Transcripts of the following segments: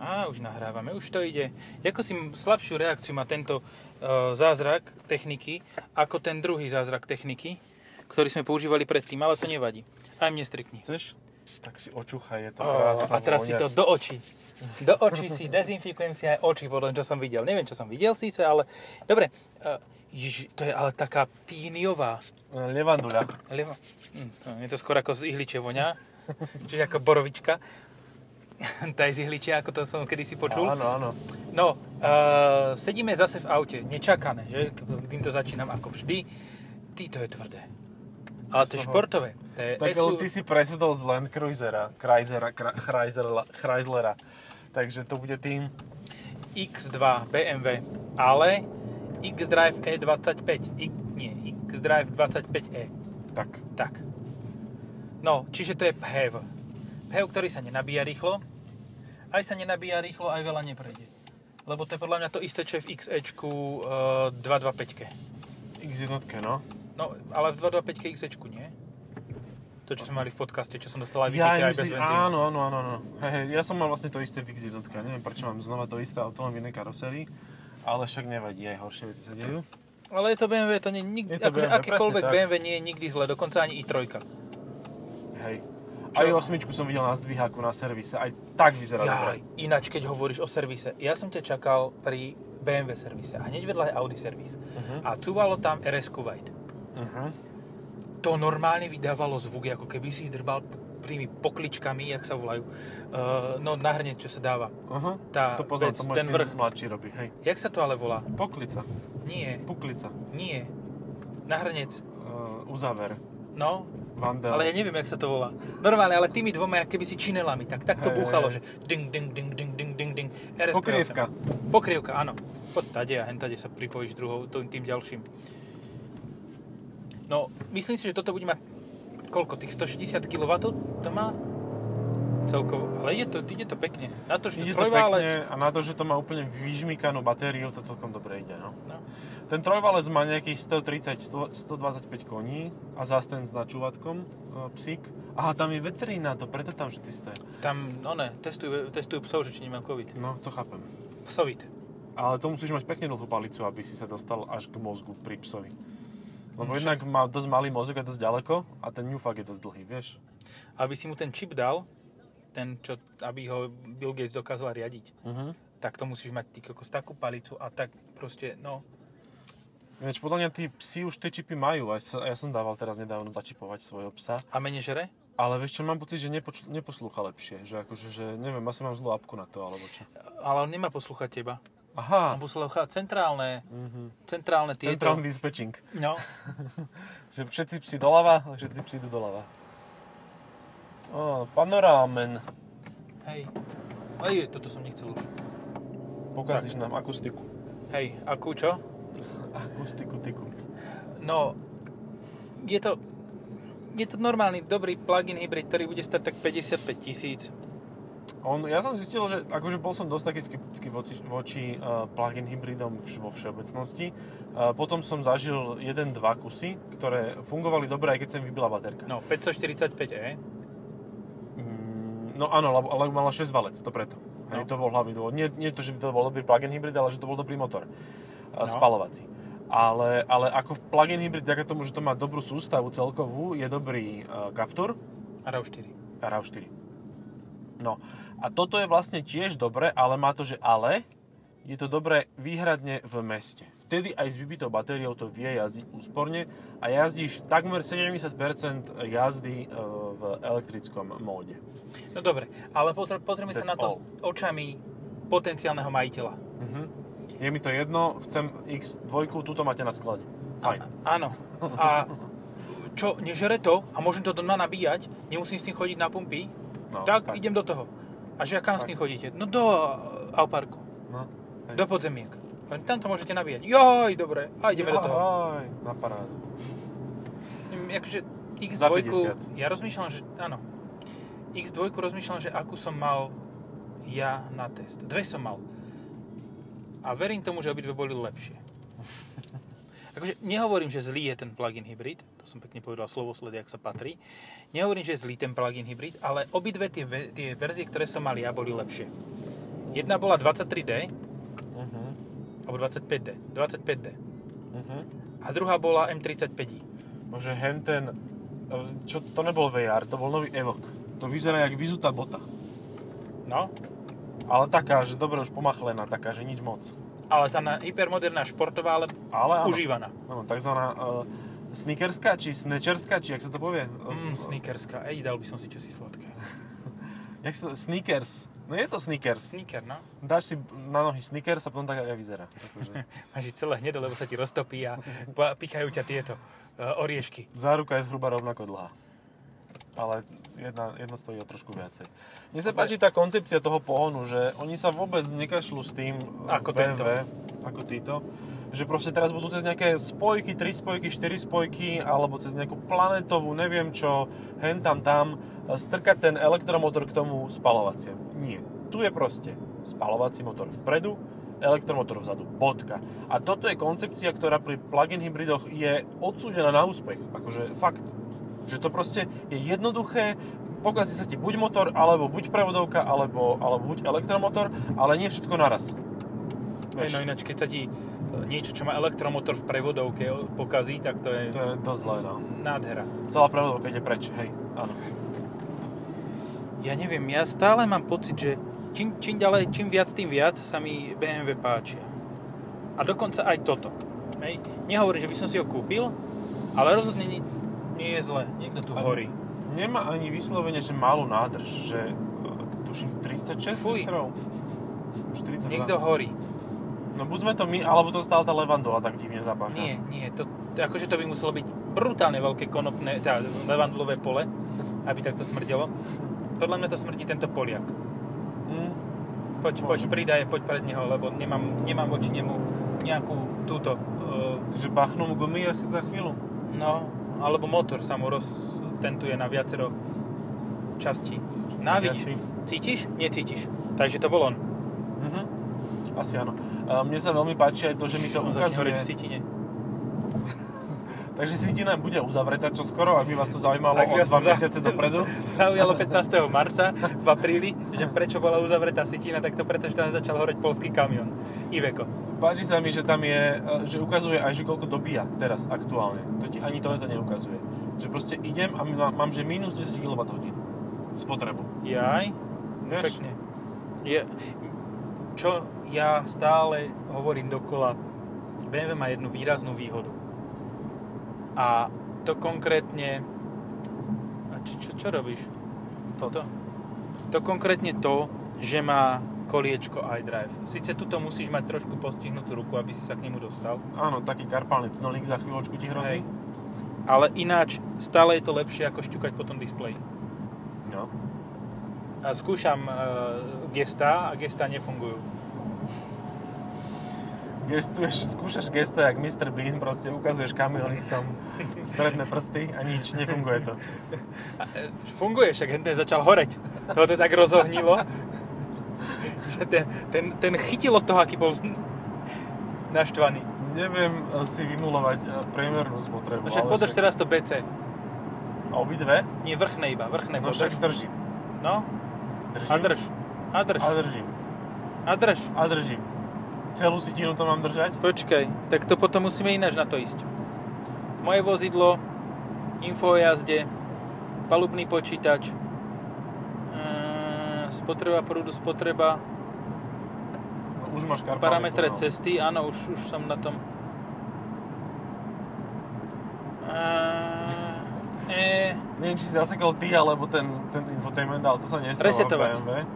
Á, už nahrávame, už to ide. Jako si slabšiu reakciu má tento e, zázrak techniky, ako ten druhý zázrak techniky, ktorý sme používali predtým, ale to nevadí. Aj mne strikni. Chceš? Tak si očuchaj, je to Ó, krásna a teraz si vôňa. to do očí. Do očí si, dezinfikujem si aj oči, podľa čo som videl. Neviem, čo som videl síce, ale... Dobre, e, ježiš, to je ale taká píniová. Levanduľa. Lebo... Hm, to je to skôr ako z ihliče voňa, čiže ako borovička. Tá je z ihliče, ako to som kedysi počul. Áno, áno. No, uh, sedíme zase v aute, nečakané, že? Toto, týmto začínam ako vždy. Ty, to je tvrdé. Ale to je Slovo. športové. To je Tak SUV. lebo ty si presvedol z Land Cruisera, Chrysera, Cra- Chryslera, Chryslera. Takže to bude tým X2 BMW, ale X-Drive E25. I, nie, X-Drive 25E. tak E. Tak. No, čiže to je PHEV. PHEV, ktorý sa nenabíja rýchlo. Aj sa nenabíja rýchlo, aj veľa neprejde. Lebo to je podľa mňa to isté, čo je v XEčku e, 225. X jednotke, no. No, ale v 225 XC nie? To, čo sme mali v podcaste, čo som dostal aj Ja vybité, aj bez myslím, benzínu. áno, áno, áno, áno. Hej, hej, ja som mal vlastne to isté v X jednotke. Neviem, prečo mám znova to isté auto, len v inej karosérii. Ale však nevadí, aj horšie veci sa dejú. Ale je to BMW, to nie, nikdy, Je to akože BMW, akékoľvek presne tak. BMW nie je nikdy zle, dokonca ani i3. Hej. Čo? Aj osmičku som videl na zdviháku na servise, aj tak vyzerá dobre. Jaj, ináč, keď hovoríš o servise, ja som ťa čakal pri BMW servise a hneď vedľa je Audi servis. Uh-huh. A cúvalo tam RS Kuwait. Uh-huh. To normálne vydávalo zvuk, ako keby si drbal tými pokličkami, jak sa volajú. Uh, no, na hrnec, čo sa dáva. Uh-huh. Tá To vec, poznám, to môj ten syn vrch. mladší robí, hej. Jak sa to ale volá? Poklica, Nie, puklica, nie. Na hrnec. uh, uzáver, No, vandel. Ale ja neviem, jak sa to volá. Normálne, ale tými dvoma, jak keby si činelami, tak, tak to Hej, búchalo, hej. že ding, ding, ding, ding, ding, ding, ding. RS Pokrievka. Pokrievka, áno. Poď tade a hen tade sa pripojíš druhou, tým, tým ďalším. No, myslím si, že toto bude mať koľko, tých 160 kW to má celkovo. Ale ide to, ide to pekne. Na to, že Ide to to trojválec... pekne a na to, že to má úplne vyžmykanú batériu, to celkom dobre ide, no. No. Ten trojvalec má nejakých 130, 100, 125 koní a zás ten s načúvatkom, e, psík. Aha, tam je veterina, to preto tam všetci stojí. Tam, no ne, testujú, testujú psov, že či nemá COVID. No, to chápem. Psovit. Ale to musíš mať pekne dlhú palicu, aby si sa dostal až k mozgu pri psovi. Lebo No, jednak má dosť malý mozog a dosť ďaleko a ten ňufak je dosť dlhý, vieš? Aby si mu ten čip dal, ten, čo, aby ho Bill Gates dokázal riadiť. Uh-huh. tak to musíš mať ty kokos takú palicu a tak proste, no. Ináč podľa mňa tí psi už tie čipy majú. Aj sa, ja som dával teraz nedávno začipovať svojho psa. A menej žere? Ale vieš čo, mám pocit, že nepoč- neposlúcha lepšie. Že akože, že neviem, asi mám zlú apku na to, alebo čo. Ale on nemá poslúchať teba. On Aha. poslúcha centrálne, Mhm. centrálne tieto. Centrálny dispečing. No, Že všetci psi doľava, všetci psi idú doľava. Ó, panorámen. hej. Hej, toto som nechcel už. Pokazíš nám akustiku. Hej, a ku čo? Akustiku, tiku. No, je to, je to normálny, dobrý plug-in hybrid, ktorý bude stať tak 55 tisíc. On, ja som zistil, že akože bol som dosť taký skeptický voči, voči uh, plug-in hybridom vš, vo všeobecnosti. Uh, potom som zažil 1-2 kusy, ktoré fungovali dobre, aj keď sa im vybila baterka. No, eh? 545e. Mm, no áno, lebo, ale mala 6 valec, to preto. No. No. to bol hlavný dôvod. Nie, nie to, že by to bol dobrý plug-in hybrid, ale že to bol dobrý motor. No. No. Spalovací. Ale, ale ako plug-in hybrid, vďaka tomu, že to má dobrú sústavu celkovú, je dobrý uh, Captur A RAV4. a RAV4. No a toto je vlastne tiež dobre, ale má to, že ale je to dobré výhradne v meste. Vtedy aj s vybitou batériou to vie jazdiť úsporne a jazdíš takmer 70% jazdy e, v elektrickom móde. No dobre, ale pozr- pozrieme sa na That's to all. s očami potenciálneho majiteľa. Mhm. Je mi to jedno, chcem X2, tuto máte na sklade. Fajn. A, áno. A čo, nežere to a môžem to doma nabíjať, nemusím s tým chodiť na pumpy, No, tak, idem do toho. A že a kam s Tak. tým chodíte? No do eh, Auparku, No, hej. do podzemiek. Len Tam to môžete nabíjať. Joj, dobre, a ideme do toho. Jaj, Na parádu. Mm, Akože Za X2, 50. ja rozmýšľam, že áno. X2 rozmýšľam, že akú som mal ja na test. Dve som mal. A verím tomu, že obidve boli lepšie. Akože nehovorím, že zlý je ten plug-in hybrid, to som pekne povedal slovosled, jak sa patrí. Nehovorím, že je zlý ten plug-in hybrid, ale obidve tie, ve- tie verzie, ktoré som mal ja, boli lepšie. Jedna bola 23D, Uh-huh. alebo 25D, 25D. Uh-huh. A druhá bola M35i. Bože, henten... Čo, to nebol VR, to bol nový Evok. To vyzerá jak vyzutá bota. No, Ale taká, že dobre už pomachlená, taká, že nič moc. ale tá na hypermoderná športová, ale Ale áno. užívaná. Áno, takzvaná uh, sneakerská, či snečerská, či jak sa to povie? E, Mm, sneakerská. Ej, dal by som si čosi sladké. Jak sa to, sneakers. No je to sneakers. Sneaker, no. Dáš si na nohy sneakers a potom tak aj vyzerá. Akože. Máš ich celé hnedé, lebo sa ti roztopí a po- pichajú ťa tieto e, oriešky. Záruka je zhruba rovnako dlhá. Ale jedna, jedno stojí o trošku viacej. Mne sa Dobre. páči tá koncepcia toho pohonu, že oni sa vôbec nekašľú s tým e, Ako BMW, tento. ako títo. Že proste teraz budú cez nejaké spojky, tri spojky, štyri spojky, alebo cez nejakú planetovú, neviem čo, hen tam tam, strkať ten elektromotor k tomu spalovaciem. Nie. Tu je proste spalovací motor vpredu, elektromotor vzadu. Bodka. A toto je koncepcia, ktorá pri plug-in hybridoch je odsúdená na úspech. Akože fakt. Že to proste je jednoduché, pokazí sa ti buď motor, alebo buď prevodovka, alebo, alebo buď elektromotor, ale nie všetko naraz. Ej, no ináč, keď sa ti e, niečo, čo má elektromotor v prevodovke o- pokazí, tak to je To je dosť zlé, no. nádhera. Celá prevodovka ide preč, hej, áno. Ja neviem, ja stále mám pocit, že čím, čím ďalej, čím viac, tým viac sa mi BMW páčia. A dokonca aj toto. Hej. Nehovorím, že by som si ho kúpil, ale rozhodne nie, nie je zle. Niekto tu Ale- horí. Nemá ani vyslovene, že málo nádrž, že e, tuším 36 Fuj. litrov. 42. Niekto horí. No buď sme to my, alebo to stále tá Levandula tak divne zapácha. Nie, nie. To, to, akože to by muselo byť brutálne veľké konopné, teda levandulové pole, aby takto smrdelo. Podľa mňa to smrdí tento Poliak. Mm, Poď, poď, pridaj, poď pred neho, lebo nemám, nemám voči nemu nejakú túto e, že bachnú mu gumy a za chvíľu. No, alebo motor sa mu roztentuje na viacero častí. No a vidíš, Asi. cítiš? Necítiš. Takže to bol on. Mhm. Asi áno. A mne sa veľmi páči aj to, že mi to On začne horiť v ukazuje. sitine. Takže sítina bude uzavretá čo skoro, ak by vás to zaujímalo Ak o vás 2 za- mesiace dopredu. Zaujalo 15. marca v apríli, že prečo bola uzavretá sitina, tak to preto, že tam začal horeť polský kamion. Iveco. Páči sa mi, že tam je, e, že ukazuje aj, že koľko dobíja teraz aktuálne. To ti ani tohle to neukazuje. Že proste idem a má- mám, že minus 10 kWh spotrebu. Jaj, Vieš? pekne. Je, čo ja stále hovorím dokola, BMW má jednu výraznú výhodu. A to konkrétne... A čo, čo, čo robíš? Toto? To konkrétne to, že má koliečko iDrive. Sice tuto musíš mať trošku postihnutú ruku, aby si sa k nemu dostal. Áno, taký karpálny tunelík za chvíľočku ti Hej. hrozí. Ale ináč stále je to lepšie ako šťukať po tom displeji. No. A skúšam e, gesta a gesta nefungujú. Gestuješ, skúšaš gesto jak Mr. Bean, proste ukazuješ kamionistom stredné prsty a nič, nefunguje to. A, e, Funguje, však ten začal horeť. To to tak rozohnilo. že ten, ten, ten chytil od toho, aký bol naštvaný. Neviem e, si vymulovať e, priemernú No spotrebu. však ale podrž teraz to BC. A obidve? Nie, vrchné iba, vrchné No však podrž. držím. No, Držím. a drž. A drž. A držím. A drž. A držím. Celú sitinu to mám držať? Počkaj, tak to potom musíme ináč na to ísť. Moje vozidlo, info o jazde, palubný počítač, ehm, spotreba prúdu, spotreba, No, už máš karpálny Parametre tunel. cesty, áno, už, už som na tom. Eee, e, Neviem, či si zasekol ty, alebo ten, ten infotainment, ale to sa nestalo. Resetovať. BMW.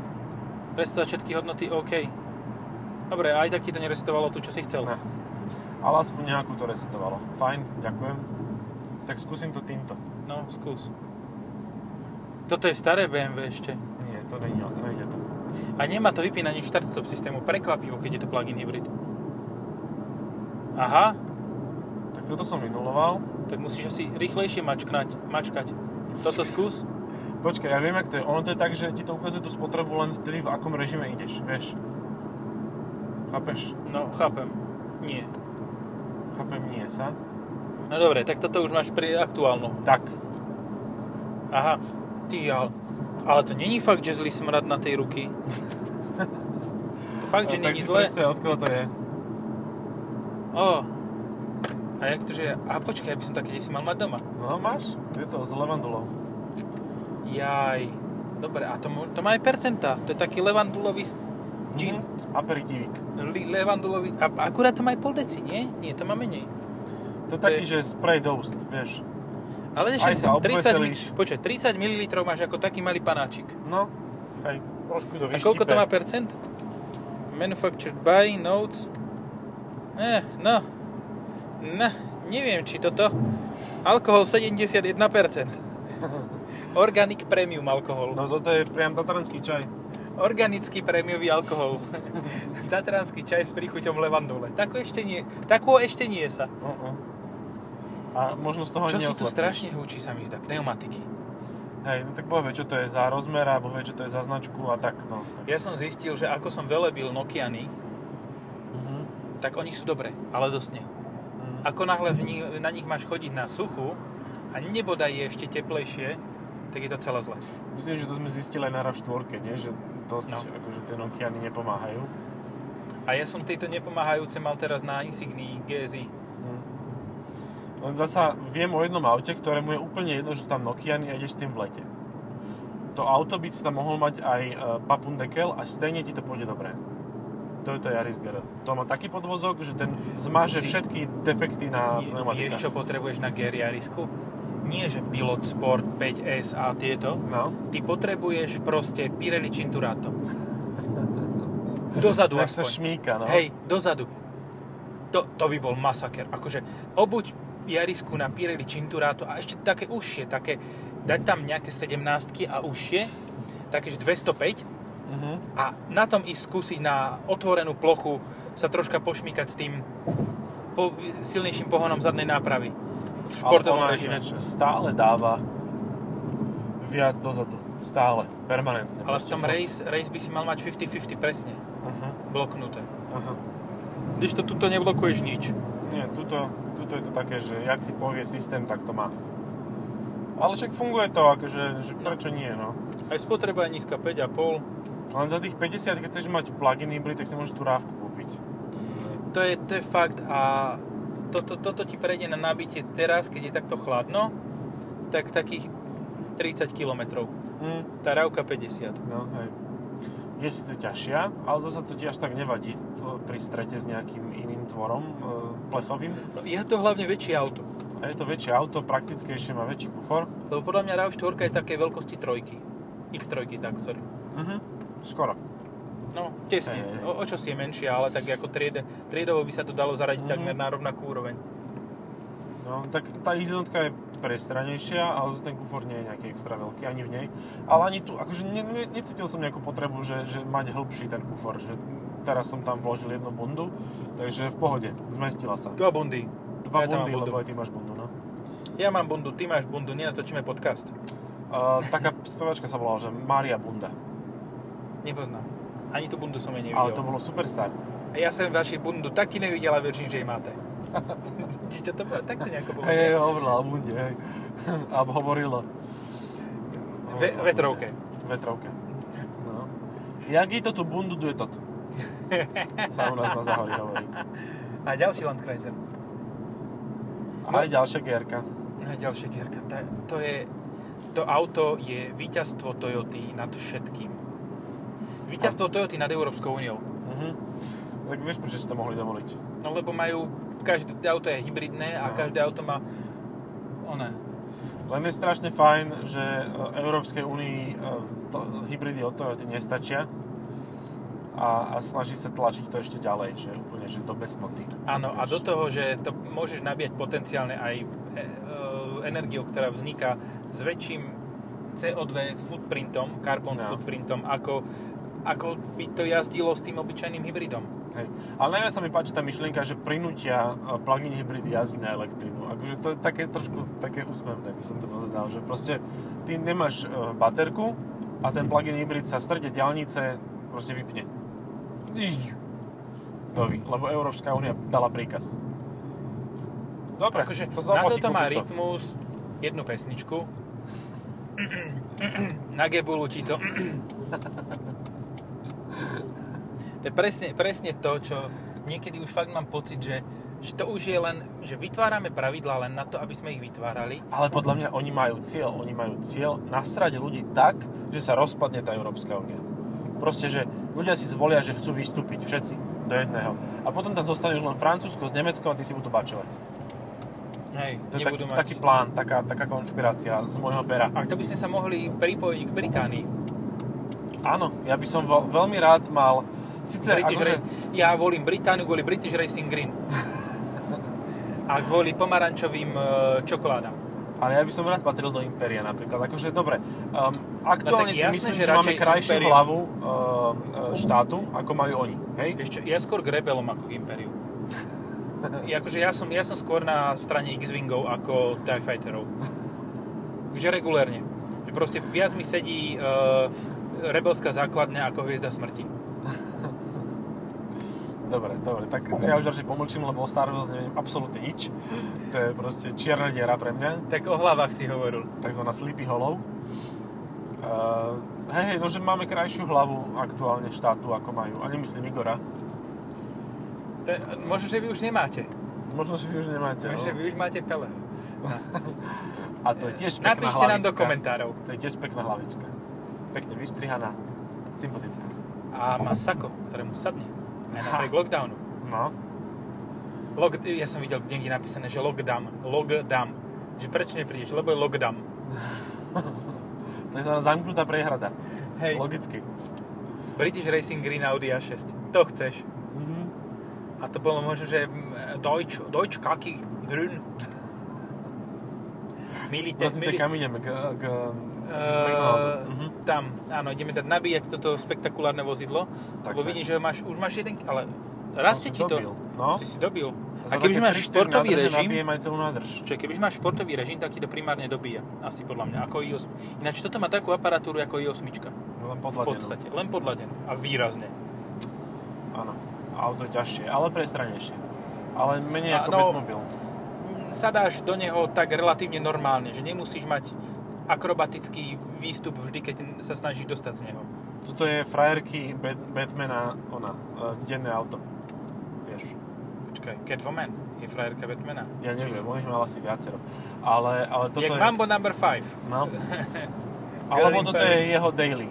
restovať všetky hodnoty, OK. Dobre, aj tak ti to nerestovalo tu, čo si chcel. Ne. Ale aspoň nejakú to resetovalo. Fajn, ďakujem. Tak skúsim to týmto. No, skús. Toto je staré BMW ešte. Nie, to nejde, nejde to. A nemá to vypínanie štart-stop systému. Prekvapivo, keď je to plug-in hybrid. Aha, Tak toto som vynuloval. tak musíš asi rýchlejšie mačknať, mačkať. Toto skús. Počkaj, ja viem, jak to je. Ono to je tak, že ti to ukazuje tú spotrebu len vtedy, v akom režime ideš, vieš. Chápeš? No, chápem. Nie. Chápem, nie sa. No dobre, tak toto už máš pri aktuálnu. Tak, Aha, ty, ale, ale to není fakt, že zlý smrad na tej ruky. fakt, že No, tak není si zle. predstav, od koho to je. Ó. A jak to, že... A počkaj, ja by som také desi mal mať doma. No máš? Je to Mhm. s levandulou. Jaj. Dobre, a to, mo- to má aj percentá. To je taký levandulový... s- Gin. Mhm. Aperitívík. Li, levandulový... A akurát to má aj pol deci, nie? Nie, to má menej. To je taký, že spray do úst, vieš. Ale Aj ešte sa 30, mi- obveselíš. počkaj, 30 ml máš ako taký malý panáčik. No, aj trošku do A koľko to má percent? Manufactured by, notes... Eh, no. No, neviem, či toto... Alkohol 71%. Organic premium alkohol. No toto je priam tatranský čaj. Organický prémiový alkohol. Tatranský čaj s príchuťom levandule. Takú ešte nie, takú ešte nie sa. Uh-uh. A možno z toho Čo si tu No, neoslepíš. strašne húči sa mi zdá? Pneumatiky. Hej, no tak Boh vie, čo to je za rozmer a Boh vie, čo to je za značku a tak, no. Tak. Ja som zistil, že ako som velebil Nokiany, Mhm. tak oni sú dobré, ale do snehu. Mhm. Ako náhle v ni- na nich máš chodiť na suchu a nebodaj je ešte teplejšie, tak je to celé zle. Myslím, že to sme zistili aj na RAV4, nie? Že dosť, No. no. akože tie Nokiany nepomáhajú. A ja som tejto nepomáhajúce mal teraz na Insignii GSI. Mhm. Len zasa viem o jednom aute, ktorému je úplne jedno, že sú tam Nokiany a ideš s tým v lete. To auto by si tam mohol mať aj e, papundekel a stejne ti to pôjde dobre. To je to Yaris GR. To má taký podvozok, že ten zmaže Si- všetky defekty na Je- Vieš, čo pneumatikách. potrebuješ na Geriarisku? Nie, že Pilot Sport 5S a tieto. No. Ty potrebuješ proste Pirelli Cinturato. Dozadu Tak to aspoň. šmíka, no. Hej, dozadu. To, to by bol masaker. Akože obuď Jarisku na Pirelli Cinturato a ešte také užšie, také, dať tam nejaké 17 a užšie, takéže 205 Mhm. a na tom ísť skúsiť na otvorenú plochu sa troška pošmýkať s tým po, silnejším pohonom zadnej nápravy. V športovom Ale ona režime. ináč stále dáva viac dozadu. Stále. Permanentne. Ale v tom Proste race, Mhm. race by si mal mať 50-50 presne furt. Aha, bloknuté. aha. Když to tuto neblokuješ nič. Nie, tuto, tuto je to také, že jak si povie systém, tak to má. Ale však funguje to, akože, že prečo nie, no. Aj spotreba je nízka 5,5. Len za tých 50, keď chceš mať plug-in hybrid, tak si môžeš tú rávku kúpiť. To je, to je fakt a toto, toto ti prejde na nabitie teraz, keď je takto chladno, tak takých 30 km. Hm, Tá rávka 50. no, hej. Je síce ťažšia, ale zase to ti až tak nevadí v- pri strete s nejakým iným tvorom e, plechovým. No, je to hlavne väčšie auto, A je to väčšie auto, praktickejšie, má väčší kufor. lebo podľa mňa RAV4 je také veľkosti trojky. X3, tak sorry. Mhm. Skoro. No, tesne. Hej, hej. O, o čo si je menšia, ale tak ako triede, triedovo by sa to dalo zaradiť Mhm. takmer na rovnakú úroveň. No, tak tá X1 je prestranejšia, ale zase ten kufor nie je nejaký extra veľký, ani v nej. Ale ani tu, akože ne, ne, necítil som nejakú potrebu, že, že mať hĺbší ten kufor, že teraz som tam vložil jednu bundu, takže v pohode, zmestila sa. Dva bundy. ja Dva tam mám bundy, bundu. lebo aj ty máš bundu, no. Ja mám bundu, ty máš bundu, nenatočíme podcast. Uh, taká spevačka sa volala, že Mária Bunda, Nepoznám. Ani tú bundu som jej nevidel. ale to bolo superstar. A ja som vaši bundu taky nevidel a verím, že jej máte. Eh, Či to bolo, takto nejako bolo. Hej, hej, hovorila o bunde, hej. A hovorila. Ve, vetrovke. Vetrovke. No. Jaký to tu bundu duje tot? Sa u nás na zahori hovorí. A ďalší Landkreiser. A aj ďalšia gierka. No a ďalšia gierka. To, to je... To auto je víťazstvo Toyoty nad všetkým. Víťazstvo Toyoty nad Európskou úniou. Mhm. Tak vieš, prečo si to mohli dovoliť? No lebo majú... Každé auto je hybridné a No. každé auto má... One. Len je strašne fajn, že e, Európskej únii e, to- hybridy od Toyoty nestačia a, a snaží sa tlačiť to ešte ďalej, že úplne že do besnoty. Áno, a do toho, že to môžeš nabíjať potenciálne aj e, e, energiou, ktorá vzniká s väčším CO2 footprintom, carbon No. footprintom, ako, ako by to jazdilo s tým obyčajným hybridom. Hej. Ale najviac sa mi páči tá myšlienka, že prinútia e, plug-in hybridy jazdiť na elektrínu. Akože to je také trošku také úsmevné, by som to povedal, že proste ty nemáš e, baterku a ten plug-in hybrid sa v strede diálnice proste vypne. Iž. Nový, lebo Európska únia dala príkaz. Dobre, Akože to na zaplatí, toto má kúpim rytmus jednu pesničku. na gebulu ti to... To je presne, presne to, čo niekedy už fakt mám pocit, že, že to už je len, že vytvárame pravidlá len na to, aby sme ich vytvárali. Ale podľa mňa oni majú cieľ. Oni majú cieľ nasrať ľudí tak, že sa rozpadne tá Európska únia. Proste, že ľudia si zvolia, že chcú vystúpiť všetci do jedného. A potom tam zostane už len Francúzsko s Nemeckom a ty si budú bačovať. Hej, To je taký, nebudú mať... taký plán, taká, taká konšpirácia z môjho pera. A to by ste sa mohli pripojiť k Británii. Áno, ja by som veľ, veľmi rád mal... Sice British akože, ra- Ja volím Britániu kvôli British Racing Green. a kvôli pomarančovým e, čokoládám. ale ja by som rád patril do Imperia napríklad. Akože dobre, um, No aktuálne tak si jasné, myslím, že že, máme radšej krajšiu Imperium. hlavu um, e, štátu, ako majú oni. Hej? Ešte, ja skôr k rebelom ako k Imperiu. Ja, akože ja som, ja som skôr na strane X-Wingov ako TIE Fighterov. Že regulérne. Že proste viac mi sedí uh, rebelská základňa ako Hviezda smrti. Dobre, dobre, tak ja už radšej pomlčím, lebo o Star Wars neviem absolútne nič. To je proste čierna diera pre mňa, Tak o hlavách si hovoril. takzvaná Sleepy Hollow. Uh, hej, hej, no že máme krajšiu hlavu aktuálne štátu, ako majú. A nemyslím Igora. Te, možno, že vy už nemáte. Možno, že vy už nemáte. Možno, že No. vy už máte Pele. A to je tiež pekná Napíšte nám do hlavička. komentárov. To je tiež pekná hlavička. Pekne vystrihaná, sympatická. A má sako, ktorému sadne. Aj Ha. napriek lockdownu. No, Log, ja som videl niekde napísané, že lockdown. Lockdown. Že prečo neprídeš? Lebo je lockdown. to je zamknutá prehrada. Hej. Logicky. British Racing Green Audi A6. To chceš. Mhm. A to bolo možno, že mm, Deutsch, Deutsch Kaki Grün. Milite, Prosím, mili- kam ideme? K, k, Eh, Mhm. Tam, áno, ideme dať nabíjať toto spektakulárne vozidlo. Tak, lebo tak. vidím, že máš, už máš jeden, ale rastie si ti to. dobil, no. Si si dobil. A Za kebyže také máš tri, štyri športový nádrže režim, Nabijem aj celú nádrž. Čiže kebyže máš športový režim, tak ti to primárne dobíja. Asi podľa mňa, ako i8. Ináč toto má takú aparatúru ako i8. Len V podstate, len podladenú. A výrazne. Áno. Auto je ťažšie, ale prestranejšie. Ale A menej ako no- Batmobil. Mm, Sadáš do neho tak relatívne normálne, že nemusíš mať akrobatický výstup vždy, keď sa snažíš dostať z neho. Toto je frajerky Bat- Batmana, ona, e, denné auto. Vieš. Počkaj, Catwoman je frajerka Batmana. Ja neviem, on ich mal asi viacero. Ale, ale Toto toto Jak je... je... Mambo number 5. No. Alebo Girl in toto Paris. je jeho daily.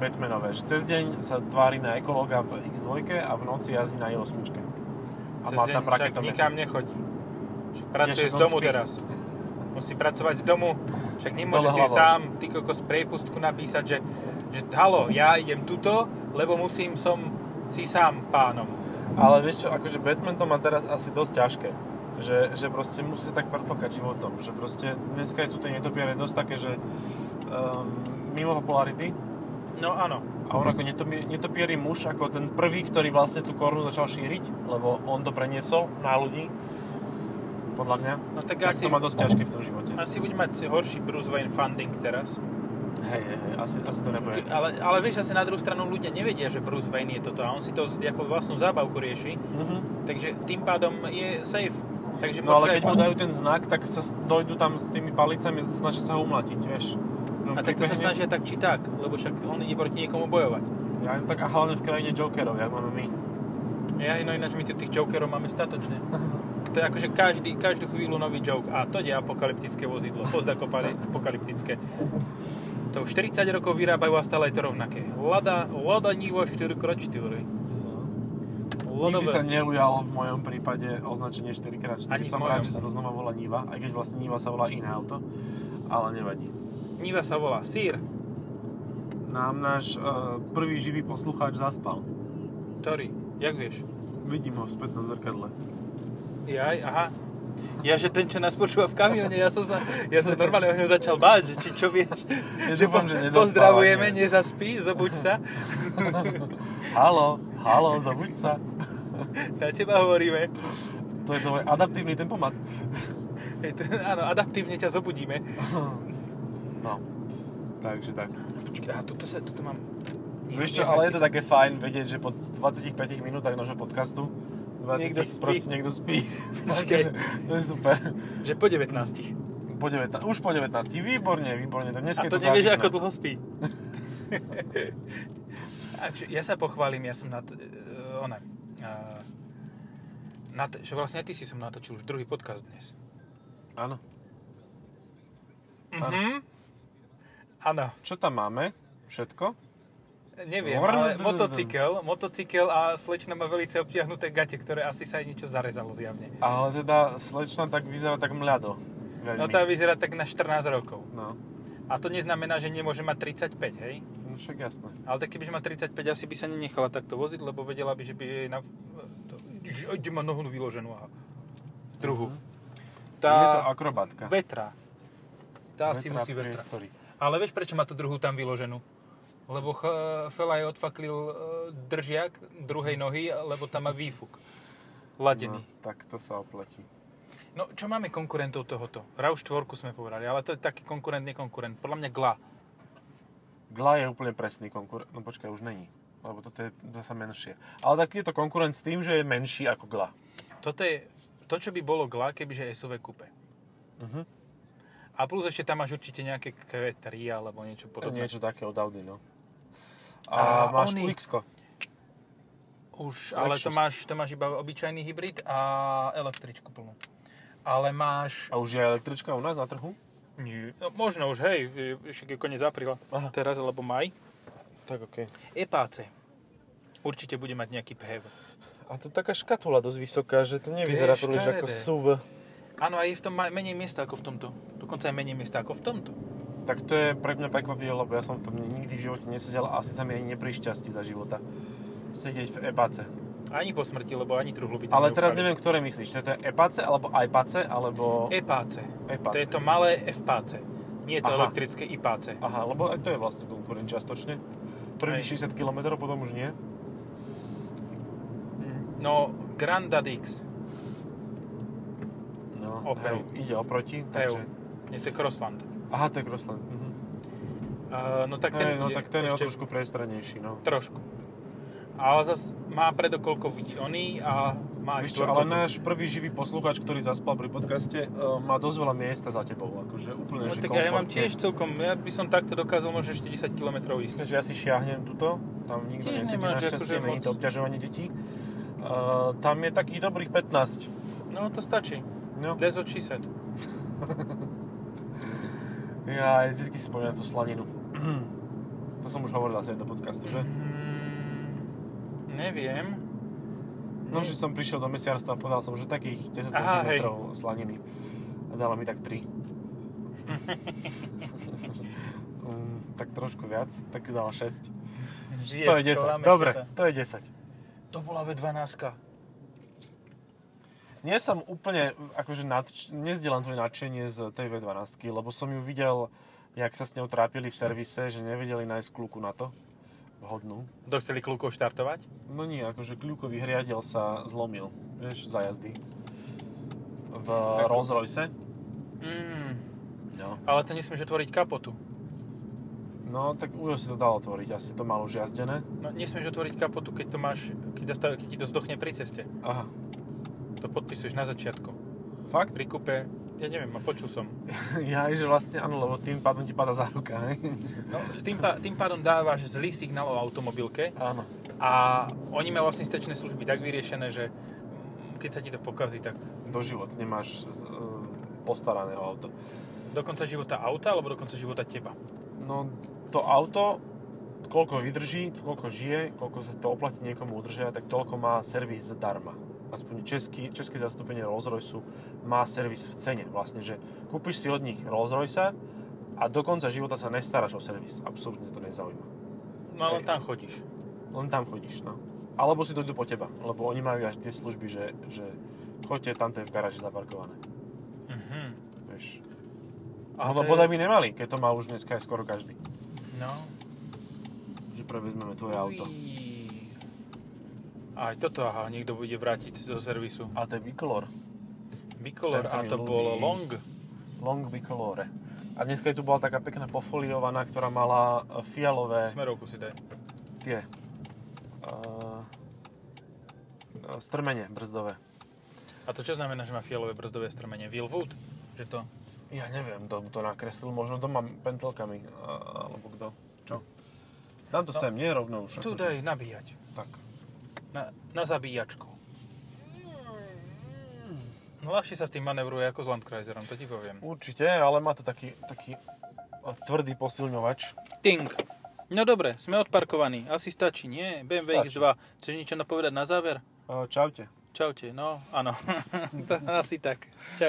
Batmanové, že cez deň sa tvári na ekologa v X2 a v noci jazdí na i8. A Cez má deň tam však raketomet. nikam nechodí. Však pracuje však z on domu spí. teraz. Musí pracovať z domu. Však nemôže Dole si hlavou. sám ty kokos priepustku napísať, že, že halo, ja idem tuto, lebo musím som si sám pánom. Ale vieš čo, akože Batman to má teraz asi dosť ťažké. Že, že proste musí sa tak pretlkať životom. Že proste dneska sú tie netopiare dosť také, že um, mimo popularity. No áno. A on ako netopi- netopierý muž, ako ten prvý, ktorý vlastne tú korunu začal šíriť, lebo on to preniesol na ľudí. Podľa mňa. No tak, Tak asi, to má dosť ťažké v tom živote. asi bude mať horší Bruce Wayne funding teraz. Hej, hej, hej, asi, asi to nebude. Ale, ale vieš, zase na druhú stranu ľudia nevedia, že Bruce Wayne je toto a on si to ako vlastnú zábavku rieši, Mhm. takže tým pádom je safe. Takže No môžeš ale aj keď mu fun- dajú ten znak, tak sa s- dojdú tam s tými palicami, snažia sa ho umlatiť, vieš. No, A tak to sa pribehne- snažia tak či tak, lebo však on ide proti niekomu bojovať. Ja im tak, a hlavne v krajine Jokerov, jak máme my. Ja, no ináč my tu tých Jokerov máme statočne. To je akože každý, každú chvíľu nový joke. A to je apokalyptické vozidlo. Pozda kopali- apokalyptické. To už 40 rokov vyrábajú a stále je to rovnaké. Lada, Lada Nivo 4x4. No, Nikdy sa neujalo v mojom prípade označenie 4x4. Ani v Som mojom. rád, že sa to znova volá Niva, aj keď vlastne Niva sa volá iné auto, ale nevadí. Niva sa volá Sír. Nám náš e, prvý živý poslucháč zaspal. Ktorý? Jak vieš? Vidím ho v spätnom zrkadle. Jaj, aha. Ja, že ten, čo nás počúva v kamióne, ja som sa, ja som normálne o ňom začal báť, že či čo vieš. Ja že dúfam, že nezaspáva, pozdravujeme, nie. nezaspí, zobuď sa. Halo, halo, zabuď sa. Na teba hovoríme. To je to môj adaptívny tempomat. Hej, to, áno, adaptívne ťa zobudíme. No, takže tak. Počkaj, aha, tuto, sa, tuto mám... Vieš čo, ale je to také fajn vedieť, že po 25 minútach nášho podcastu 20, Niekto spí. proste niekto spí. Počkej. Takže to je super. Že po 19. Po 19, už po 19. Výborne, výborne. Tak A dneska je to to nevieš, zážitné. ako dlho spí. Akže, ja sa pochválim, ja som na... t- eh, ona, a, na t- že vlastne aj ty si som natočil už druhý podcast dnes. Áno. Mhm. Áno. Čo tam máme? Všetko? Neviem, Brr, ale brr, brr. motocykel, motocykel a slečna má velice obtiahnuté gate, ktoré asi sa jej niečo zarezalo zjavne. Ale teda slečna tak vyzerá tak mľado. Veľmi. No tá vyzerá tak na 14 rokov. No, A to neznamená, že nemôže mať 35, hej? no však jasné. Ale tak kebyže má 35, asi by sa nenechala takto voziť, lebo vedela by, že by jej na... Že ide ma nohu vyloženú a druhú. Mhm. Tá Je to akrobatka. vetra. Tá asi Vetra musí vetra. priestory. Ale vieš, prečo má tú druhú tam vyloženú? Lebo ch- Felaj odfaklil e, držiak druhej nohy, lebo tam má výfuk. Ladený. No, tak to sa oplatí. No, čo máme konkurentov tohoto? RAV 4 sme povedali, ale to je taký konkurent, nekonkurent. Podľa mňa GLA. Gla je úplne presný konkurent. No počkaj, už není. Lebo toto je zase menšie. Ale tak je to konkurent s tým, že je menší ako Gla. Toto je to, čo by bolo GLA, kebyže SUV kúpe. Mhm. A plus ešte tam máš určite nejaké Q3 alebo niečo podobné. Niečo také od Audi, no. A A, máš oni- UX-ko. Už, ale to Lexus. máš, to máš iba obyčajný hybrid a električku plnú. Ale máš... A už je električka u nás na trhu? Nie. No, možno už, hej, je- však je koniec apríla. Aha. Teraz, alebo maj. Tak okej. E-páce. Určite bude mať nejaký PHEV. A to taká škatula dosť vysoká, že to nevyzerá príliš ako SUV. Áno, aj je v tom ma- menej miesta ako v tomto. Dokonca aj menej miesta ako v tomto. Tak to je pre mňa prekvapivo, lebo ja som v tom nikdy v živote nesedel a asi sa mi ani neprišťastí za života sedieť v epace. Ani po smrti, lebo ani truhlu by tam Ale teraz neupravili. neviem, ktoré myslíš. To je to epace, alebo ipace, alebo E-páce. epace. To je to malé F-páce. Nie je to Aha. elektrické I-páce. Aha, lebo aj to je vlastne konkurent častočne. Prvých 60 km, potom už nie. No, Grandad X. No, Opel. hej, ide oproti. EU. Takže... Nie, to je Crossland. Aha, to je Crossland. Mhm. Uh, no tak Ten, ten, no bude tak ten je o ešte- trošku priestranejší, no. Trošku. Ale zase má predokoľko oný a má aj Vieš čo, ale náš prvý živý poslucháč, ktorý zaspal pri podcaste, e, má dosť veľa miesta za tebou, akože úplne, No že tak ja mám komfortne. tiež celkom, ja by som takto dokázal možno ešte 10 km ísť. Myslím, že ja si šiahnem tuto, tam nikto Tiež nesedí, nemáš našťastie, akože není to moc. obťažovanie detí. Uh, tam je takých dobrých 15. No to stačí. No. That's what she said. Ja aj vždy si spomínam tú slaninu. to som už hovoril asi aj do podcastu, že? Mm, neviem. No, že som prišiel do mesiarstva a povedal som, že takých 10 Aha, cm slaniny. A dala mi tak 3. um, tak trošku viac, tak dala 6. Žije To v je 10. klame, Dobre, čo to- to je 10. To bola ve 12 Nie som úplne, akože nadč- nezdielam tvoje nadšenie z tej V12, lebo som ju videl, jak sa s ňou trápili v servise, že nevedeli nájsť kľúku na to vhodnú. Kto chceli kľúkov štartovať? No nie, akože kľúkový hriadel sa zlomil, vieš, za jazdy. V Rolls Royce. Mm, No. ale to nesmieš otvoriť kapotu. no, tak Ujo si to dal otvoriť, asi to malo už jazdené. No, nesmieš otvoriť kapotu, keď to máš, keď, zastav, keď ti to zdochne pri ceste. Aha, To podpisuješ na začiatku. fakt? Pri kúpe, ja neviem, a počul som. Ja aj, že vlastne áno, lebo tým pádom ti pada záruka, hej? No, tým, pá, tým pádom dávaš zlý signál o automobilke Áno. a oni majú vlastne stečné služby tak vyriešené, že keď sa ti to pokazí, tak Do život nemáš z- e, postaraného auto. do konca života auta alebo do konca života teba. No to auto, koľko vydrží, koľko žije, koľko sa to oplatí niekomu udržiavať, tak toľko má servis zdarma. Aspoň český, české zastúpenie Rolls Royce má servis v cene vlastne, že kúpiš si od nich Rolls Royce a do konca života sa nestaráš o servis. Absolútne to nezaujíma. No ale tam chodíš. Len tam chodíš, no. Alebo si dojdú po teba, lebo oni majú až tie služby, že, že choďte, tamto je v garáži zaparkované. Mhm. Vieš. A A to je- no, podaj by nemali, keď to má už dneska aj skoro každý. No. Že prevezmeme tvoje auto. Uí. Aj toto, aha, niekto bude vrátiť zo servisu. A to je bicolor. Bicolor, Ten a sa mi to ľúbi. bolo long. Long Bicolore. A dneska tu bola taká pekná pofoliovaná, ktorá mala e, fialové Smerovku si daj. tie e, uh, strmene brzdové. A to čo znamená, že má fialové brzdové strmenie? Willwood? Že to... Ja neviem, to, to nakreslil možno doma pentelkami, a- alebo kto. Čo? e, Dám to no. sem, nie rovno už. Tu akože. daj nabíjať. Tak. Na, na zabíjačku. No ľahšie sa s tým manevruje ako s Landkreiserom, to ti poviem. Určite, ale má to taký, taký o, tvrdý posilňovač. Ting. No dobre, sme odparkovaní. Asi stačí, nie? BMW Stačí. X2. Chceš niečo napovedať na záver? E, Čaute. Čaute, no áno. To asi tak. Čaute.